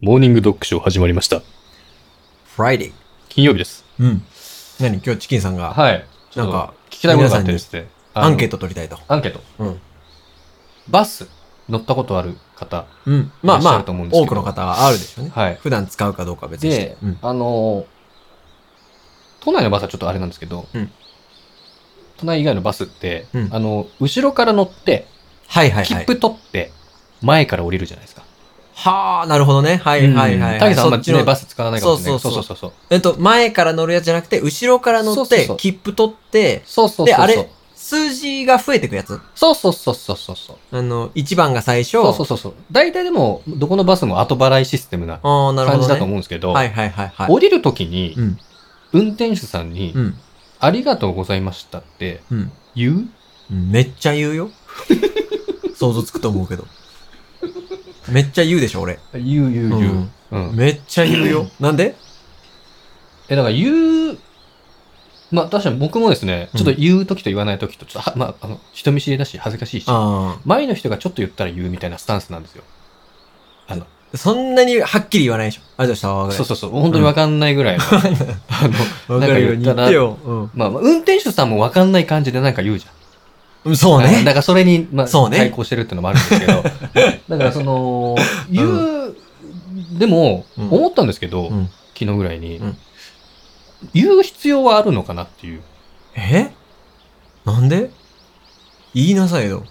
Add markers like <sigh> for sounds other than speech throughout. モーニングドッグショー始まりました。フライデー。金曜日です。うん。何今日チキンさんが、はい。ちょっなんとか、聞きたいことがあってですね。アンケート。ト取りたいと。アンケート。うん。バス乗ったことある方。うん。まあいらっしゃるまとあ思うん、ですけ多どくの方はあるでしょうね。はい。普段使うかどうかは別にしてで。、うん。あのー都内のバスはちょっとあれなんですけど、うん都内以外のバスって、うんあの、後ろから乗って、はいはい切はい。符取って、前から降りるじゃないですか。はあ、なるほどね。はいはいはいはい。タケさんあんまり、そっちね、のバス使わないかもしれないそうそうそうそうえっと、前から乗るやつじゃなくて、後ろから乗そうっそうてそう、切符取って、そうそうそうそうで、あれ、数字が増えてくやつ。そうそうそうそうそうそう。あの、1番が最初。そうそうそうそう。大体でも、どこのバスも後払いシステムなああ、なるほ感じど、ね。だと思うんですけど、はいはいはいはい。降りるときにう、ん。運転手さんに、うん。ありがとうございましたってうん。言うめっちゃ言う <laughs> よ。想像つくと思うけど。めっちゃ言うでしょ、俺。言う言う言う。うん。めっちゃ言うよ。なんでえ、だから言う、まあ確かに僕もですね、うんちょっと言うときと言わないときと、ちょっとは、まあ、あの、人見知りだし、恥ずかしいし、あ前の人がちょっと言ったら言うみたいなスタンスなんですよ。あ。そんなにはっきり言わないでしょ。ありがとうそございまうしそうそう、本当にわかんないぐらいの、あの、 <laughs> た。わかるように言ってよ。まあ、まあ運転手さんもわかんない感じでなんか言うじゃん。うん。そうはいだね。からそれに、まあ、そうね対抗してるっていうのもあるんですけ <laughs> ど、だからその、言う、でも、うん思ったんですけど、うん昨日ぐらいに、うん言う必要はあるのかなっていう。えなんで言いなさいよ。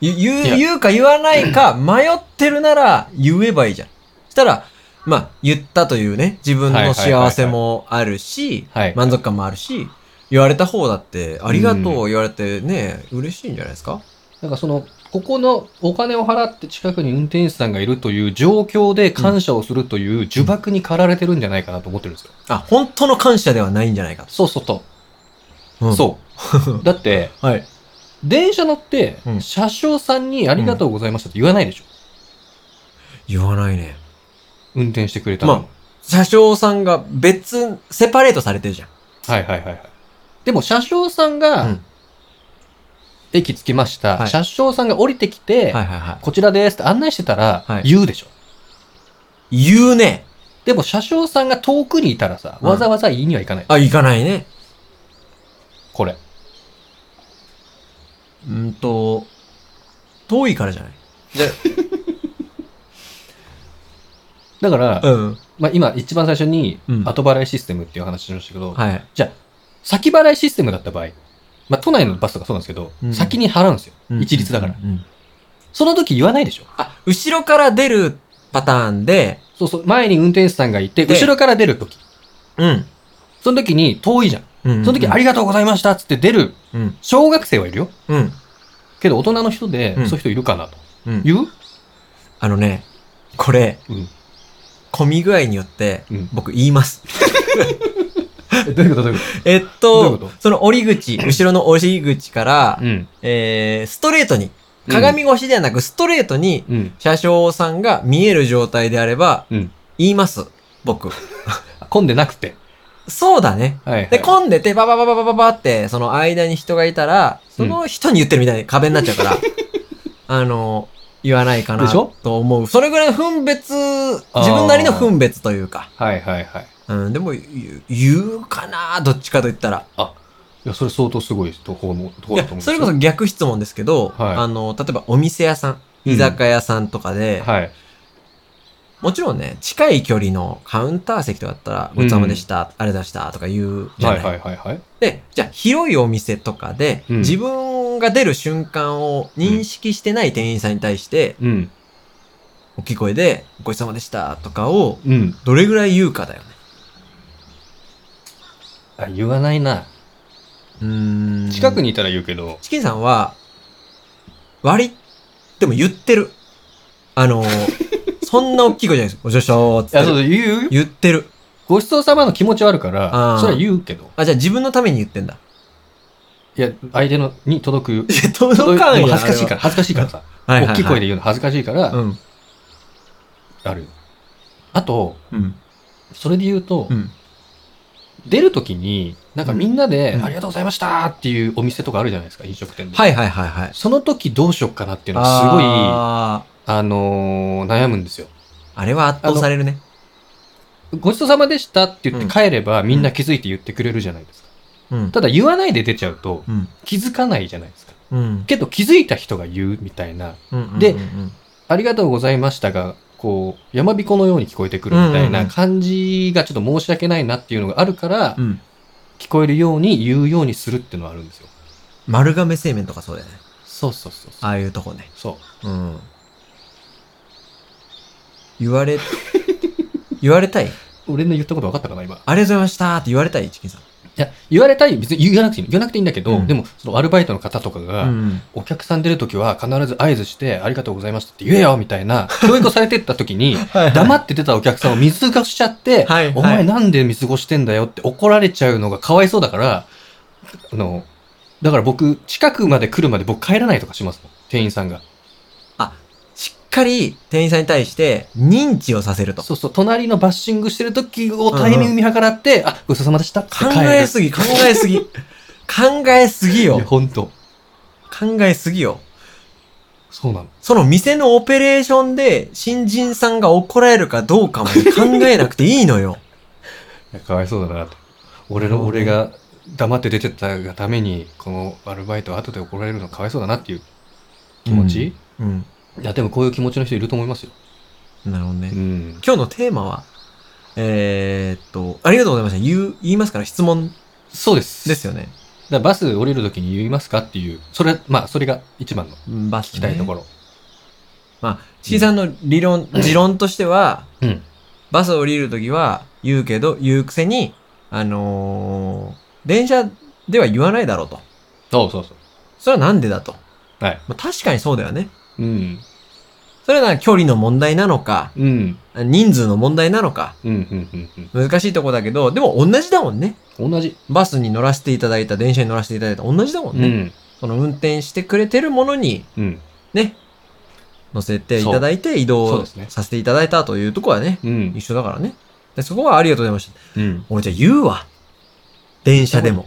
ゆい言やう、言うか言わないか迷ってるなら言えばいいじゃん。したら、まあ、言ったというね、自分の幸せもあるし、はい。満足感もあるし、言われた方だって、ありがとう言われてね、嬉しいんじゃないですかなんかその、ここのお金を払って近くに運転手さんがいるという状況で感謝をするという呪縛に駆られてるんじゃないかなと思ってるんですよ。あ、本当の感謝ではないんじゃないかそうそうそと。う。う <laughs> そう。だって、ん。はい。電車乗ってう、ん車掌さんにありがとうございましたって言わないでしょ。言わないね。運転してくれたのに。ま車掌さんが別、セパレートされてるじゃん。はいはいはいはい。でも車掌さんうがん、駅着きました。はい車掌さんが降りてきて、はいはいはこちらですって案内してたら、はい言うでしょ。い。言うね。でも車掌さんが遠くにいたらさ、うんわざわざ言いにはいかない。あ、行かないね。これ。うんと、遠いからじゃないだから、うん。まあ今一番最初にうん後払いシステムっていう話しましたけど、はい。先払いシステムだった場合、まあ都内のバスとかそうなんですけど、うん先に払うんですよ。うん一律だから。うんその時言わないでしょ。あ、後ろから出るパターンで、そうそう、前に運転手さんがいて、で後ろから出る時。うん。その時に遠いじゃん。うんその時あり、りがとうございましたっつって出るうん。小学生はいるよ。うん。けど大人の人で、うんそういう人いるかなと。うん。言うあのね、これ、うん混み具合によって、 <laughs> うん僕言います。どういうことどういうこえっどういうとことその折り口、後ろの折り口から、うん。えー、ストレートに、うん鏡越しではなくストレートに、うん。車掌さんが見える状態であれば、うん言います。 <laughs> 僕。混んでなくて。そうだね。はい、はい。で、混んでて、バババババババって、その間に人がいたら、その人に言ってるみたいに壁になっちゃう <laughs> から、あの、言わないかなでしょと思う。それぐらいの分別、自分なりの分別というか。はいはいはい。うん、でも、言う言うかなどっちかと言ったら。いや、それ相当すごいところも、とこいろだやと思うんですそれよこそ逆質問ですけど、はいあの、例えばお店屋さん、うん居酒屋さんとかで、はい。もちろんね、近い距離のカウンター席とかだったら、うんごちそうさまでした、あれでしたとか言うじゃはないいはいはいはい。で、じゃあ広いお店とかで、うん自分が出る瞬間を認識してない店員さんに対して、うん。大きい声で、ごちそうさまでしたとかを、うん。どれぐらい言うかだよね。あ、言わないな。うーん。近く。にいたら言うけど、チキンさんは、割り、でも言ってる。あのー、 <laughs> そんな大きい声じゃないです。ごちそうさまでしいや、そたーっつって。う、言う言ってる。ごちそうさまの気持ちはあるからあ、ーそれは言うけど。あ、じゃあ自分のために言ってんだ。いや、相手の、に届く。<laughs> え、届かんでよ。も恥ずかしいから、恥ずかしいからさ。ら。はいはい、は大きい声で言うの恥ずかしいから、うん。ある。あと、うん。それで言うと、うん。出るときに、なんかみんなで、うんありがとうございましたーっていうお店とかあるじゃないですか、飲食店で。はいはいはいはい。その時どうしようかなっていうのはすごい、ああーのー悩むんですよ。あれは圧倒されるね。ごちそうさまでしたって言って帰れば、みんな気づいて言ってくれるじゃないですか。うん。ただ言わないで出ちゃうとうん。気づかないじゃないですか。うん。けど気づいた人が言うみたいな、うんでうんうんありがとうございましたが、こう、山彦のように聞こえてくるみたいうんうんうなん感じがちょっと申し訳ないなっていうのがあるからう、ん。聞こえるように言うようにするっていうのはあるんですよ。丸亀製麺とかそうだよね。そうそうそうそう。ああいうとこね。そう。うん。言われ、 <laughs> 言われたい俺の言ったこと分かったかな、今。いありがとうございましたって言われたいチキンさん。や、言われたい、別に言わなくていい。言わなくていいんだけど、うんでも、そのアルバイトの方とかが、うん。お客さん出るときは必ず合図して、ありがとうございましたって言えよみたいな、教育をされてったとき <laughs> に、はい黙って出たお客さんを見過ごしちゃって、はいはいお前なんで見過ごしてんだよって怒られちゃうのがかわいそうだから、あの、だから僕、近くまで来るまで僕帰らないとかしますもん。店員さんが。しっかり店員さんに対して認知をさせると。そうそう、隣のバッシングしてる時をタイミング見計らって、あ、ごちそうさまでしたって帰考る。えすぎ、考えすぎ。考えすぎいや、よ。ほんと。考えすぎよ。そうなの。その店のオペレーションで新人さんが怒られるかどうかまで考えなくていい <laughs> のよ。いやかわいそうだなと。俺の、うん俺が黙って出てったがために、このアルバイト後で怒られるのかわいそうだなっていう気持ち、うん。いや、でもこういう気持ちの人いると思いますよ。なるほどね。うん。今日のテーマは、えー、っと、ありがとうございました。言う、言いますから質問そうです。ですよね。だからバス降りるときに言いますかっていう、それ、まあ、それが一番の聞バス、ね、きたいところ。まあ、チキさんの理論、持論としては、うん。バス降りるときは言うけど、言うくせに、あのー電車では言わないだろうと。そうそうそそれはなんでだと。う。はい。まあ、確かにそうだよね。うん。それは距離の問題なのか、うん。人数の問題なのか、うん、うん、うん、難しいとこだけど、でも同じだもんね。うん。同じ。バスに乗らせていただいた、電車に乗らせていただいた、同じだもんうね。ん。その運転してくれてるものに、うん。ね、乗せていただいて移そう動ですねさせていただいたというところはね、うん。一緒だからね。でそこはありがとうございました。うん。俺じゃあ言うわ。電車でも。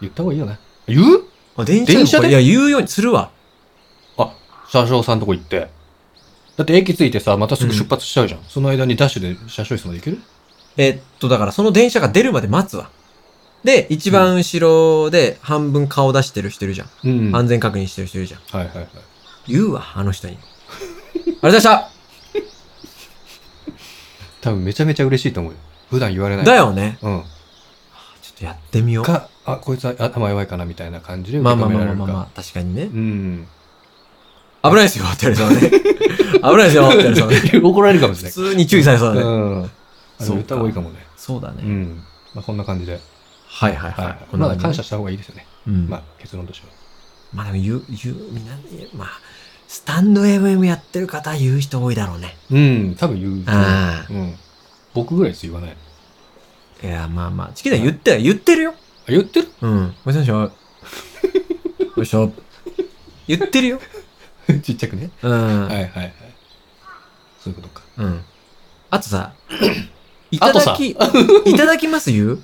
言った方がいいよな。言うあ電車でも電車でいや、言うようにするわ。あ、車掌さんとこ行って。だって駅着いてさ、またすぐ出発しちゃうじゃん。その間にダッシュで車掌室まで行けるえっと、だからその電車が出るまで待つわ。で、一番後ろで半分顔出してる人いるじゃん。うんはい安全確認してる人いるじゃん。はいはい。言うわ、あの人に。ありがとうございました多分めちゃめちゃ嬉しいと思うよ。普段言われない。だよね。うん。ちょっとやってみよう。か、あ、こいつは頭弱いかなみたいな感じで受まあけ止まあめまあられまあるまあまか。あ、確かにねう。ん。危ないですよ、テレさんは <laughs> ね。危ないですよ、テレさんはね。怒られるかもしれ普ない。通に注意されそうだね。うん。そそうう。か歌多いかもね。そうだね。うん。まあこんな感じで。はいはいはい。はい。こんなまだ感じ感謝した方がいいですよね。うんままあ結論としては。あでも言う、言う、みんな、まあ、スタンド MM やってる方は言う人多いだろうね。うん。多分言う。あうん。僕ぐらいです、言わない。あ。いや、まあまあ、チキさん言って、言ってるよ。あ言ってるうん。ごめんなさい、よいしょ。言ってるよ。 <laughs> ちっちゃくね。うはん。いはいはい。そういうことか。うん。あとさ、いあたとださき、いただきます言う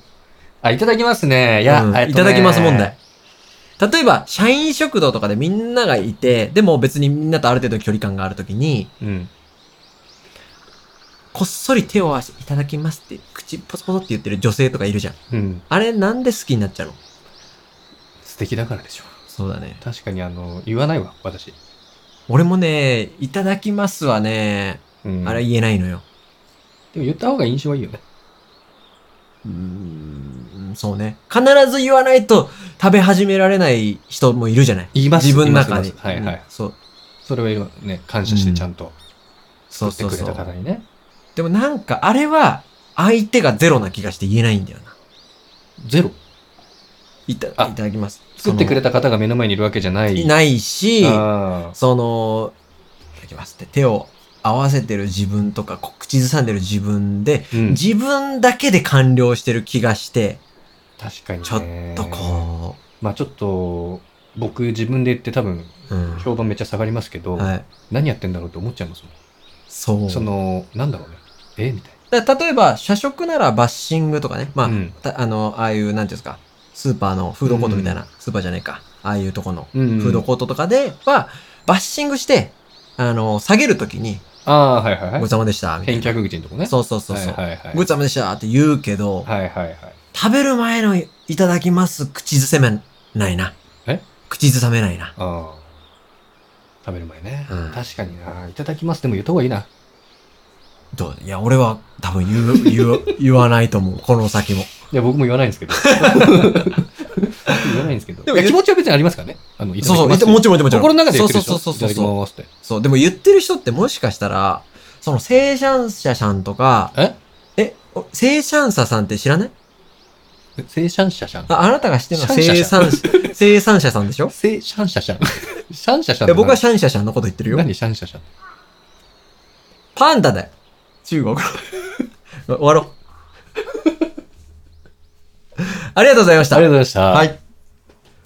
あ、いただきますね。いや、うんえっとねいただきます問題。。例えば、社員食堂とかでみんながいて、でも別にみんなとある程度距離感があるときに、うん。こっそり手を合わせていただきますって、口ポソポソって言ってる女性とかいるじゃん。うん。あれなんで好きになっちゃうの素敵だからでしょそうだね。確かに、あの、言わないわ、私。俺もね、いただきますはね、うんあれ言えないのよ。でも言った方が印象はいいよね。うーん、そうね。必ず言わないと食べ始められない人もいるじゃない言います自分の中言に。いますはいはいそう。それは今ね、感謝してちゃんとそ作うってそうくれそたう。方にね。でもなんか、あれは、相手がゼロな気がして言えないんだよな。ゼロ。いたあいただきます。作ってくれたた方が目の前にいるわけじゃない。いないし、あーその、いただきますって手を合わせてる自分とか、こう口ずさんでる自分で、うん自分だけで完了してる気がして、確かにね。ちょっとこまあちょっと、僕自分で言って多分、う、うん。評判めっちゃ下がりますけど、はい。何やってんだろうって思っちゃいますもん。そう。その、なんだろうね。えみたいな。だから例えば、社食ならバッシングとかね。まあ、うんたあの、ああいう、なんていうんですか、スーパーのフードコートみたいな、スーパーじゃねえか、ああいうとこのうんフードコートとかでは、バッシングして、あの、下げるときに、ああー、はいはいごはちゃまでした、い。みたい返な。却口のとこね。そうそうそうそう。はいはいはい。ごちゃまでしたって言うけど、はいはいはい。食べる前のいただきます口ずせめないな。え口ずさめないな。ああ。食べる前ね。うん確かにな。いただきますでも言った方がいいな。どういや、俺は多分 <laughs> 言う、言う、言わないと思う。この先も。いや、僕も言わないんですけど。言わないんですけど。でもいや気持ちは別にありますからね。あの、いたそだうきそう、まもすちろんもちろんもちろん。心の中で言ってるでしそょうそうそうそうそう。いただきますって。そう、でも言ってる人ってもしかしたら、その生産者さんとか、ええ、お生産者さんって知らない生産者さん。あ、あなたが知ってるのはシャンシ生ャシャ産者、生産者さんで <laughs> しょ生産者さ <laughs> ん。シャンシャシャンっいやて僕はシャンシャシャンのこと言ってるよ。何シャンシャシャン。パンダだよ。<laughs> 中国。終わろう。ありがとうございました。ありがとうございました。はい。